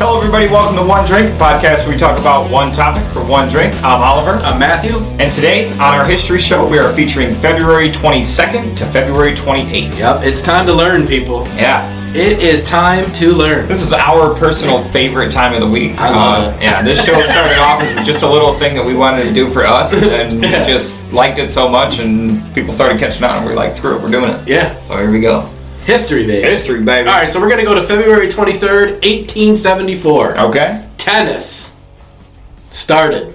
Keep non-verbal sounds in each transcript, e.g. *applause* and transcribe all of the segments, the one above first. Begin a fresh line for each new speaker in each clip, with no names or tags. Hello, everybody. Welcome to One Drink, a podcast where we talk about one topic for one drink. I'm Oliver.
I'm Matthew.
And today on our history show, we are featuring February 22nd to February 28th.
Yep, it's time to learn, people.
Yeah.
It is time to learn.
This is our personal favorite time of the week. Um,
I love it.
Yeah, this show started off as just a little thing that we wanted to do for us, and we
Yeah.
just liked it so much, and people started catching on, and we are like, screw it, we're doing it.
Yeah,
So here we go.
history, baby.
History, baby.
All right, so we're gonna go to February 23rd, 1874.
Okay.
Tennis started.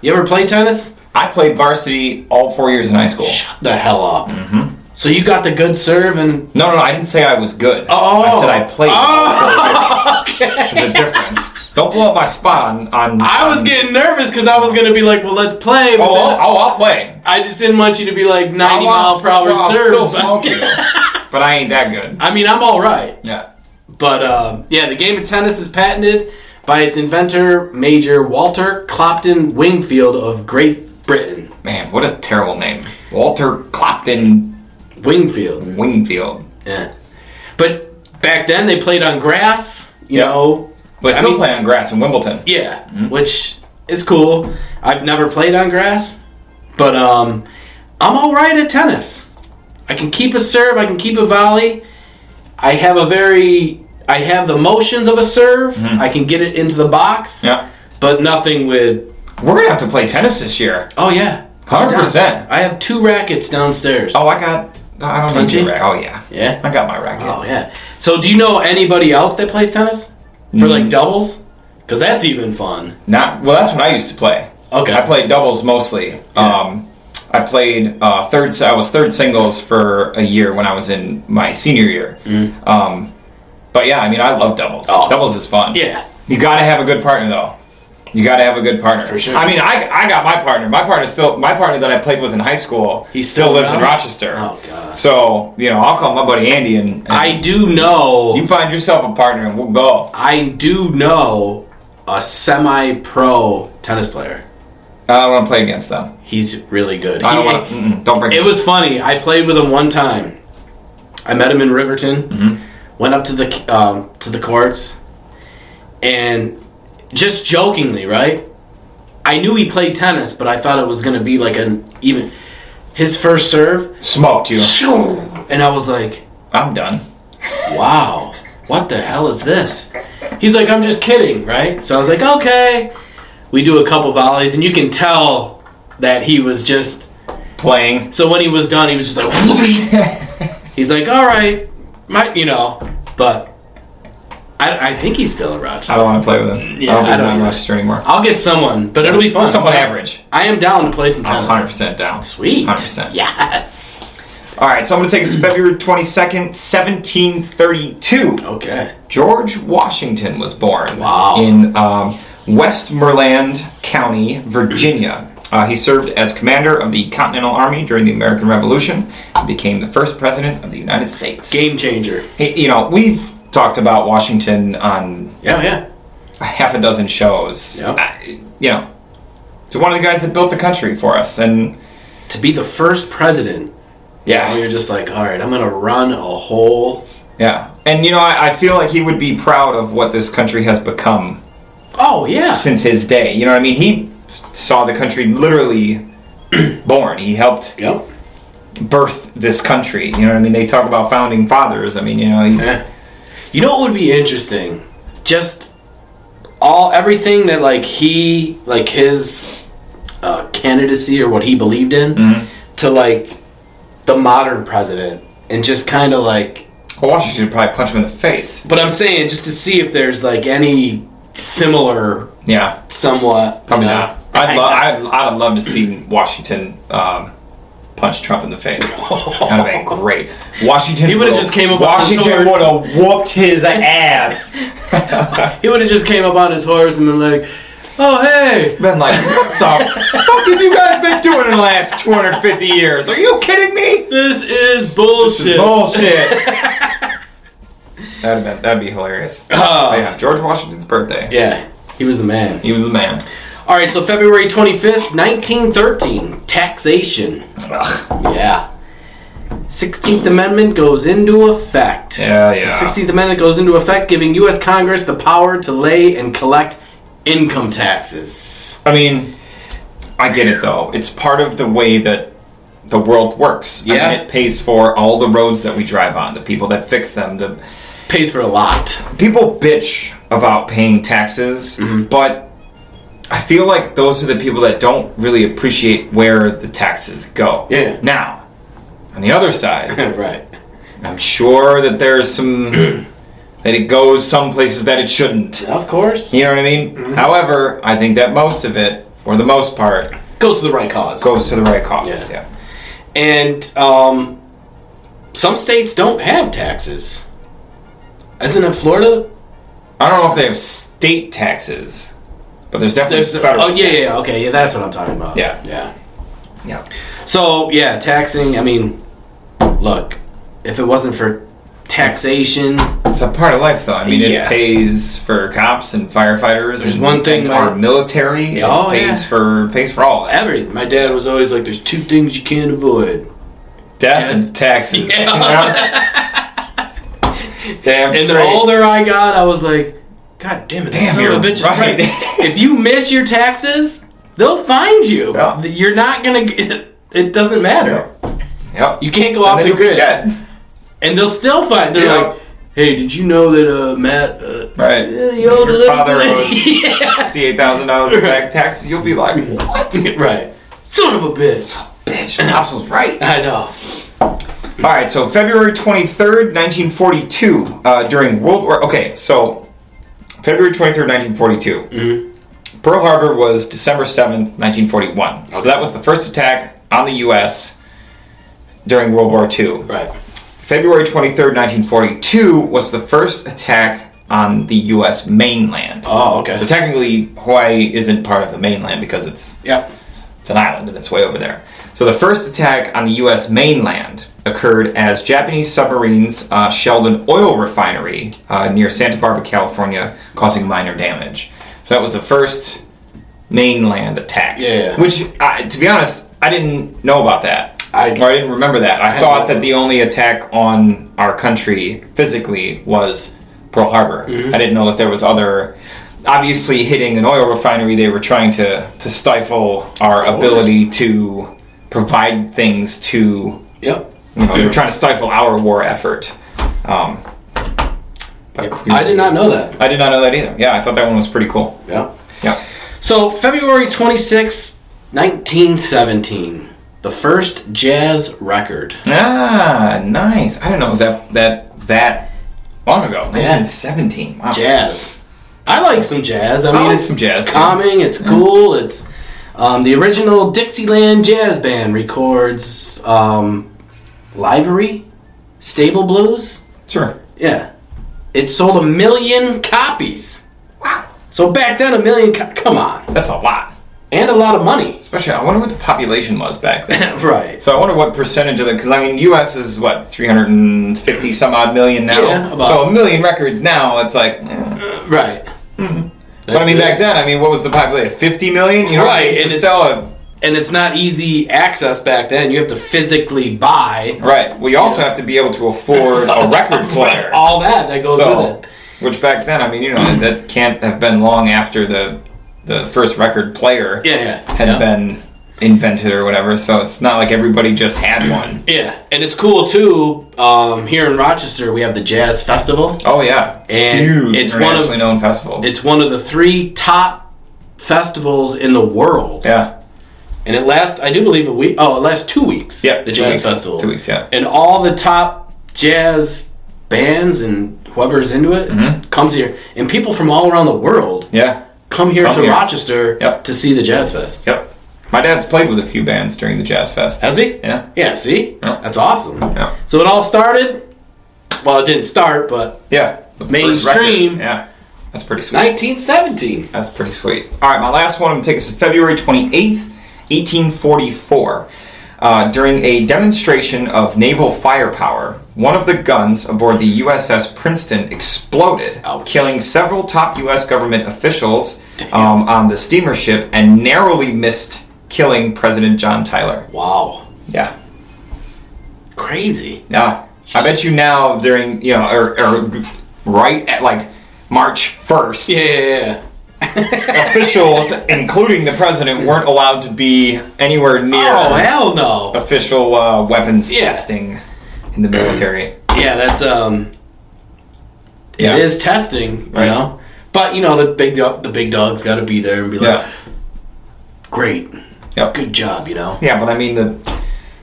You ever play tennis?
I played varsity all four years in high school.
Shut the hell up. Mm-hmm. So you got the good serve and
No, no, no, I didn't say I was good.
oh,
I said I played. *laughs*
Oh, okay.
There's a difference. Don't blow up my spot on. on
I was
on-
getting nervous because I was gonna be like, well, let's play. But
Oh,
then
I'll, oh, I'll play.
I just didn't want you to be like 90 mile per hour
I'll
serve.
still smoke
*laughs*
you, but I ain't that good.
I mean, I'm all right.
Yeah.
But uh, yeah, the game of tennis is patented by its inventor, Major Walter Clopton Wingfield of Great Britain.
Man, what a terrible name. Walter Clopton
Wingfield.
Wingfield.
Yeah. But back then they played on grass, you
Yeah. Mm-hmm.
know.
But
I
still
mean-
play on grass in Wimbledon.
Yeah, which is cool. I've never played on grass, but um, I'm all right at tennis. I can keep a serve. I can keep a volley. I have a very I have the motions of a serve. I can get it into the box,
Mm-hmm. Yeah.
but nothing with
We're going to have to play tennis this year.
Oh yeah,
100%.
I have two rackets downstairs.
Oh, I got. I don't need
Plenty?
your racket. Oh, yeah. I
yeah.
got my racket.
Oh yeah. So do you know anybody else that plays tennis for
Mm.
like doubles? Because that's even fun.
Not well. That's what I used to play.
Okay.
I played doubles mostly. Um, I played uh, third. I was third singles for a year when I was in my senior year. Um, but yeah, I mean, I love doubles.
Mm-hmm. Oh.
Doubles is fun.
Yeah.
You got to have a good partner though. You got to have a good partner.
For sure.
I mean, I, I got my partner. My partner still my partner that I played with in high school. He still,
still
lives in
around?
Rochester.
Oh, God.
So you know, I'll call my buddy Andy and, and
I do know.
you find yourself a partner and we'll go.
I do know a semi-pro tennis player.
I don't want to play against them.
He's really good.
I don't
He-
want. to. mm don't bring.
It was funny. I played with him one time. I met him in Riverton. Went up to the um, to the courts, and just jokingly, right? I knew he played tennis, but I thought it was going to be like an even his first serve,
smoked you.
and I was like,
I'm done.
"Wow, what the hell is this?" He's like, "I'm just kidding, right?" So I was like, "Okay." We do a couple volleys, and you can tell that he was just
Playing.
So when he was done, he was just like, he's like, all right, my, you know, but I, I think he's still a
I
Rochester.
don't want to play with him.
Yeah,
I don't think
I
he's
don't
not in
either.
Rochester anymore.
I'll get someone, but it'll be fun.
Someone average. Oh,
I am down to play some
I'm
tennis.
100% down.
Sweet.
100%.
Yes.
All right, so I'm going to take us to February 22nd, 1732.
Okay.
George Washington was born
Wow.
in um, Westmoreland County, Virginia. Uh, he served as commander of the Continental Army during the American Revolution and became the first president of the United States.
Game changer.
He- you know, we've talked about Washington on
Yeah, yeah.
a half a dozen shows.
Yeah.
I, you know, to one of the guys that built the country for us, and
To be the first president,
yeah,
oh, you're just like, all right, I'm gonna run a whole.
yeah, and you know, I, I feel like he would be proud of what this country has become
Oh yeah.
since his day. You know what I mean? He saw the country literally *clears throat* born. He helped
Yep.
birth this country. You know what I mean? They talk about founding fathers. I mean, you know, he's
Yeah. You know what would be interesting? Just all everything that like he like his uh, candidacy or what he believed in
Mm-hmm.
to like the modern president and just kind of like.
well, Washington would probably punch him in the face.
But I'm saying just to see if there's like any similar,
Yeah,
somewhat.
probably
you know.
not. I'd,
*laughs*
lo- I'd, I'd love to see Washington um, punch Trump in the
*laughs*
face. That'd have been great. Washington.
He would've
would-
just came up on
Washington
his
would
horse.
have whooped his
*laughs*
ass.
he would have just came up on his horse and been like, "Oh hey,
been like, what the fuck have you guys been doing in the last 250 years? Are you kidding me?
this is
This
bullshit."
is
*laughs*
bullshit. that'd been that'd be hilarious.
Oh.
But yeah, George Washington's birthday.
yeah, he was the man.
He was the man.
All right, so February 25th, 1913, taxation.
Ugh.
Yeah. 16th Amendment goes into effect.
Yeah,
The
yeah.
16th Amendment goes into effect, giving U.S. Congress the power to lay and collect income taxes.
I mean, I get it though. It's part of the way that the world works. I mean,
Yeah.
it pays for all the roads that we drive on, the people that fix them. The
Pays for a lot. *laughs*
people bitch about paying taxes,
Mm-hmm.
but I feel like those are the people that don't really appreciate where the taxes go.
Yeah.
Now, on the other
*laughs*
side,
right.
I'm sure that there's some
*clears throat*
that it goes some places that it shouldn't.
Of course.
You know what I mean?
Mm-hmm.
However, I think that most of it, for the most part,
Goes to the right cause.
goes to the right causes.
Yeah. And um, some states don't have taxes. Isn't it Florida?
I don't know if they have state taxes, but there's definitely
There's the,
federal.
oh yeah yeah yeah,
taxes.
okay yeah that's what I'm talking about.
Yeah.
yeah.
Yeah.
So yeah, taxing. I mean, look, if it wasn't for taxation,
It's a part of life, though. I mean,
Yeah.
it pays for cops and firefighters.
There's
and-
one thing
and
my-
our military. It
Oh,
pays
yeah.
for pays for all that.
everything. My dad was always like, "There's two things you can't avoid."
*laughs* Death and
*laughs*
taxes. *laughs* Damn.
And the
straight.
older I got, I was like, "God damn it, that
Damn,
son of a
you're
bitch is
right." *laughs*
right. if you miss your taxes, they'll find you.
Yeah.
You're not gonna. Get, *laughs* it doesn't matter.
Yep.
You can't go
And
off
then
the
you'll be
grid,
dead.
and they'll still find. They're
Yeah.
like, "Hey, did you know that uh, Matt?" Uh,
Right.
Yeah, you owed a
Your
little
father
bit.
owed
*laughs* Yeah.
fifty-eight thousand dollars in
*laughs*
back taxes. You'll be like, what?
Right. Son of a *laughs* bitch.
Bitch, Pops was right.
I know.
All right, so February 23rd, 1942, uh, during World War. Okay, so February 23rd, 1942. Pearl Harbor was December 7th, 1941. So
Mm-hmm. Okay.
that was the first attack on the U.S. during World War II.
Right.
February 23rd, 1942 was the first attack on the U.S. mainland.
Oh, okay.
So technically, Hawaii isn't part of the mainland because it's
yeah.
it's an island and it's way over there. So the first attack on the U.S. mainland occurred as Japanese submarines uh, shelled an oil refinery uh, near Santa Barbara, California, causing minor damage. So that was the first mainland attack.
Yeah.
Which, I, to be honest, I didn't know about that.
I-
or I didn't remember that. I,
I
thought
don't-
that the only attack on our country physically was Pearl Harbor.
Mm-hmm.
I didn't know that there was other. Obviously, hitting an oil refinery, they were trying to to stifle our
course.
ability to provide things to.
Yep.
You know, they were trying to stifle our war effort. Um, but
I did not know that.
I did not know that either. Yeah, I thought that one was pretty cool.
Yeah.
Yeah.
So February 26, 1917, the first jazz record.
Ah, nice. I didn't know it was that that that long ago.
Yeah.
1917. Wow.
Jazz. I like some jazz. I mean,
like
it's
some jazz, too.
Calming. It's cool. It's um, the original Dixieland Jazz Band records um, "Livery," "Stable Blues."
Sure.
Yeah, it sold a million copies.
Wow.
So back then, a million. Co- come on,
That's a lot.
and a lot of money.
Especially, I wonder what the population was back then.
*laughs* right.
so I wonder what percentage of the, because I mean, U.S. is what 350 some odd million now.
Yeah, about.
So a million records now, it's like. eh.
Right.
But I mean, back then, I mean, what was the population? 50 million. You know,
Right,
To
and it-
sell a
and it's not easy access back then. You have to physically buy
right. Well, you also have to be able to afford
*laughs*
a record player.
all that that goes
so,
with it.
which back then, I mean, you know, that can't have been long after the the first record player
Yeah, yeah,
had
yeah.
been invented or whatever. So it's not like everybody just had one.
Yeah, and it's cool too. Um, here in Rochester, we have the Jazz Festival.
Oh yeah, it's
And
huge.
it's one of-
internationally known festival.
It's one of the three top festivals in the world,
yeah,
and it lasts. I do believe a week. Oh, it lasts two weeks.
yeah.
the
two
Jazz
weeks.
Festival.
Two weeks. Yeah.
and all the top jazz bands and whoever's into it
Mm-hmm.
comes here, and people from all around the world
Yeah.
come here
Come
to
here.
Rochester
Yep.
to see the Jazz Fest.
Yep. My dad's played with a few bands during the jazz fest.
Has he?
Yeah.
Yeah, see?
Yeah.
That's awesome.
Yeah.
So it all started, well, it didn't start, but
Yeah. The first
Mainstream.
record. Yeah. That's pretty sweet.
1917.
That's pretty sweet. All right, my last one. I'm gonna take us to February 28th, 1844. Uh, during a demonstration of naval firepower, one of the guns aboard the USS Princeton exploded,
Ouch.
killing several top U.S. government officials um, on the steamer ship and narrowly missed killing President John Tyler.
Wow.
Yeah,
crazy.
Yeah. I bet you now during, you know, or, or right at like March 1st,
Yeah, yeah, yeah.
officials, including the president, weren't allowed to be anywhere near
oh hell no.
official uh, weapons
Yeah.
testing in the military.
Yeah, that's um.
Yeah.
It is testing, you
Right.
know. But you know the big the big dog's got to be there and be like,
Yeah.
great,
Yep.
good job, you know.
Yeah, but I mean the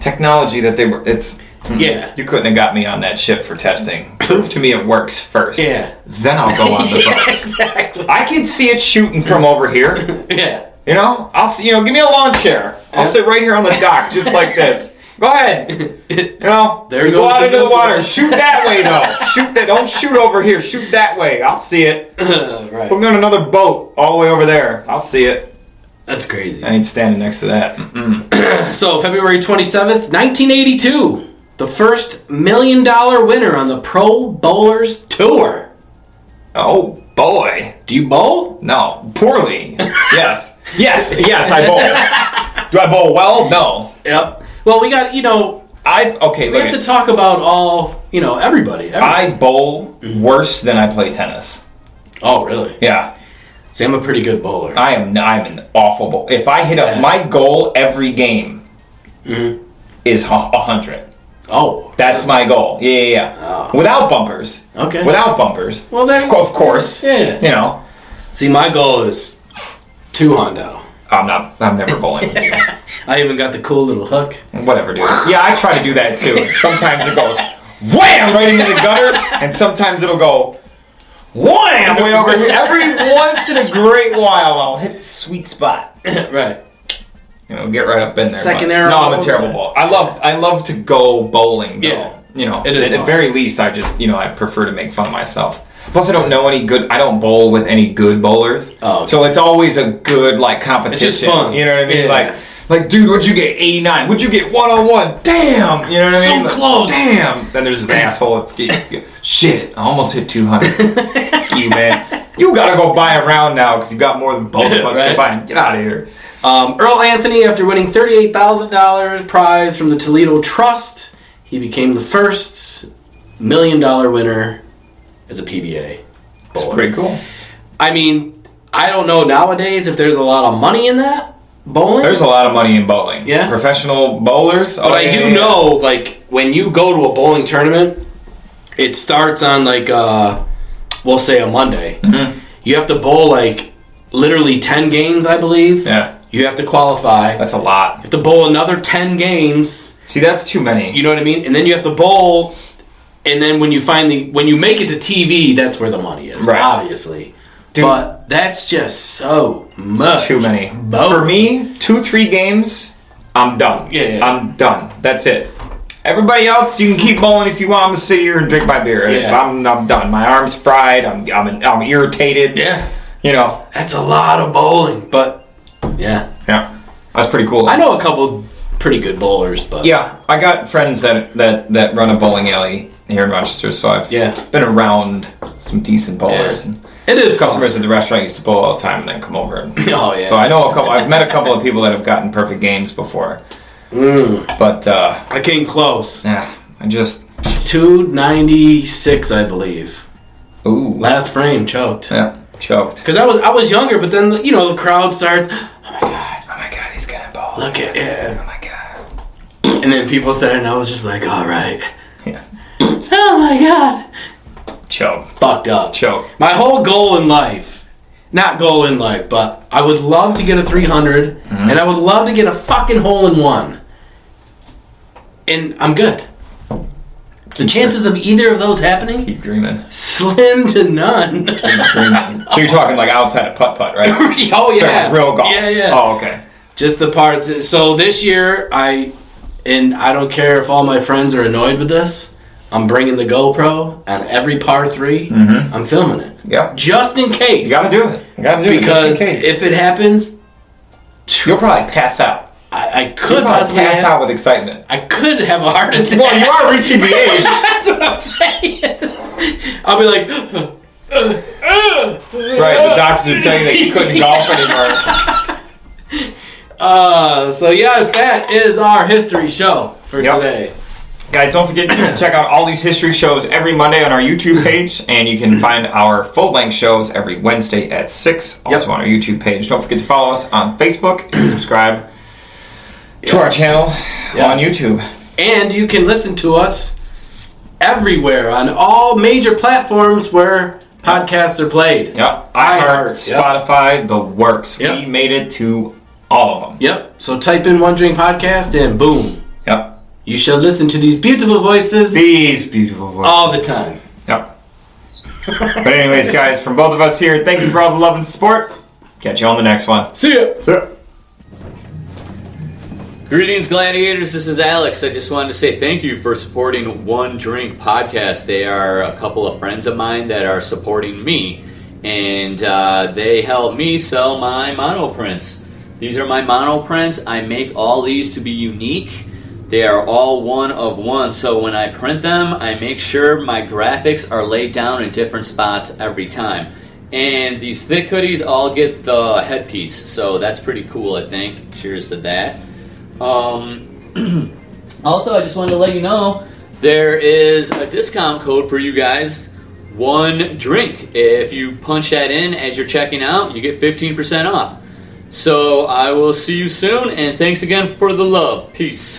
technology that they were it's mm,
Yeah.
you couldn't have got me on that ship for
*laughs*
testing. Prove to me it works first.
Yeah.
Then I'll go
*laughs*
on the
yeah,
boat.
exactly.
I can see it shooting from over here.
Yeah. *laughs*
You know? I'll see you know, give me a lawn chair. I'll sit right here on the dock just like this. Go ahead. You know,
There
you go
goes
out
the
into the
missile.
water. Shoot that way though. Shoot that. Don't shoot over here. Shoot that way. I'll see it. Put
right.
me on another boat all the way over there. I'll see it.
That's crazy.
I ain't standing next to that. Mm-mm.
So, February 27th, 1982, the first million dollar winner on the Pro Bowlers Tour.
Oh boy.
Do you bowl?
No, poorly. yes, yes, yes. I bowl. Do I bowl well? No.
Yep. Well, we got, you know,
I okay.
we
Look
have to
at,
talk about all, you know, everybody. everybody.
I bowl worse than I play tennis.
oh, really?
Yeah,
See, I'm a pretty good bowler.
I am. I'm an awful bowl. If I hit a my goal every game
Mm-hmm.
is a a hundred.
oh.
That's my goal. Yeah, yeah, yeah.
Oh.
Without bumpers.
Okay.
Without bumpers.
Well, there-
of, co- of course.
Yeah.
You know,
See, my goal is two Hondo.
I'm not. I'm never bowling with you. *laughs*
I even got the cool little hook.
Whatever, dude. Yeah, I try to do that too. And sometimes it goes wham right into the gutter, and sometimes it'll go wham way over here. Every once in a great while, I'll hit the sweet spot.
right.
You know, get right up in there.
Second
but-
arrow.
No, I'm a terrible ball. I love, I love to go bowling. Though.
Yeah.
You know,
It is
at the
fun.
very least, I just, you know, I prefer to make fun of myself. Plus, I don't know any good. I don't bowl with any good bowlers.
Oh, okay.
So it's always a good like competition.
fun.
You know what I mean?
Yeah.
Like, like, dude, what'd you get? 89. What'd you get? One on one. Damn. You know what I
So
mean? Like,
close.
Damn. Then there's this asshole. It's, it's, shit. I almost hit
*laughs*
200. Fuck you man. You gotta go buy a round now because you got more than both of us
Right.
combined. Get out of here.
Um, Earl Anthony, after winning $38,000 prize from the Toledo Trust, he became the first million dollar winner as a PBA.
It's pretty cool.
I mean, I don't know nowadays if there's a lot of money in that bowling.
There's a lot of money in bowling.
Yeah.
Professional bowlers.
but I do know, like, when you go to a bowling tournament, it starts on, like, uh, we'll say a Monday.
Mhm.
You have to bowl, like, literally 10 games, I believe.
Yeah.
You have to qualify. You
That's a lot.
have to bowl another 10 games.
See, that's too many.
You know what I mean? And then you have to bowl, and then when you finally when you make it to TV, that's where the money is,
Right.
obviously.
Dude.
But that's just so much.
too many.
Both.
For me, two, three games, I'm done.
Yeah, yeah.
I'm done. That's it. Everybody else, you can keep bowling if you want. I'm gonna sit here and drink my beer. It's-
Yeah.
I'm, I'm done. My arm's fried. I'm, I'm, I'm irritated.
Yeah,
You know.
that's a lot of bowling, but yeah,
Yeah. That's pretty cool.
I know a couple pretty good bowlers, but
Yeah, I got friends that that that run a bowling alley here in Rochester, so I've
Yeah.
been around some decent bowlers
Yeah.
and
it is
customers at the restaurant used to bowl all the time and then come over. And,
*laughs* Oh yeah,
So I know a couple. I've met a couple of people that have gotten perfect games before,
Mm,
but uh,
I came close.
yeah, I just
Two ninety six, I believe.
ooh
Last frame choked.
yeah choked.
Cause I was I was younger, but then you know the crowd starts. Oh my god,
Oh my god, he's gonna bowl!
look at it.
Oh my god!
And then people said, it, and I was just like, all right.
Yeah,
Oh my god.
choke,
Fucked up.
choke.
My whole goal in life, not goal in life, but I would love to get a 300,
Mm-hmm.
and I would love to get a fucking hole in one. And I'm good. The chances of either of those happening,
Keep dreaming.
slim to none. *laughs*
Keep dreaming. so you're talking like outside of putt putt, right?
oh *laughs* yeah,
real golf.
Yeah, yeah.
Oh okay.
Just the parts. So this year, I and I don't care if all my friends are annoyed with this. I'm bringing the GoPro on every par 3 i
Mhm.
I'm filming it
Yep.
just in case.
You gotta do it. You gotta do it
because
just in case.
if it happens,
You'll probably pass out.
I, I
You'll
could
probably
possibly
pass
have,
out with excitement.
I could have a heart attack.
Well, you are reaching
*laughs*
the age.
That's what I'm saying. I'll be like,
Right, the doctors would tell you that you couldn't golf
*laughs*
anymore.
uh, so yes, that is our history show for
Yep.
today.
Guys, don't forget to *clears throat* check out all these history shows every Monday on our YouTube page, and you can find our full length shows every Wednesday at 6, also
Yep.
on our YouTube page. Don't forget to follow us on Facebook and subscribe to our channel on
Yes.
YouTube.
And you can listen to us everywhere on all major platforms where podcasts are played.
Yep.
iHeart,
iHeart,
yep.
Spotify, the works. We
Yep.
made it to all of them.
Yep. So type in One Drink Podcast and boom.
Yep.
You shall listen to these beautiful voices
These beautiful voices.
all the time. *laughs*
Yep. but anyways, guys, from both of us here, thank you for all the love and support. Catch you on the next one.
See ya.
Greetings, gladiators. This is Alex. I just wanted to say thank you for supporting One Drink Podcast. They are a couple of friends of mine that are supporting me, and uh, they help me sell my mono prints. These are my mono prints. I make all these to be unique. They are all one of one, so when I print them, I make sure my graphics are laid down in different spots every time. And these thick hoodies all get the headpiece, so that's pretty cool, I think. Cheers to that. Um, *clears throat* also, I just wanted to let you know there is a discount code for you guys. One drink. If you punch that in as you're checking out, you get 15% off. So I will see you soon, and thanks again for the love. Peace.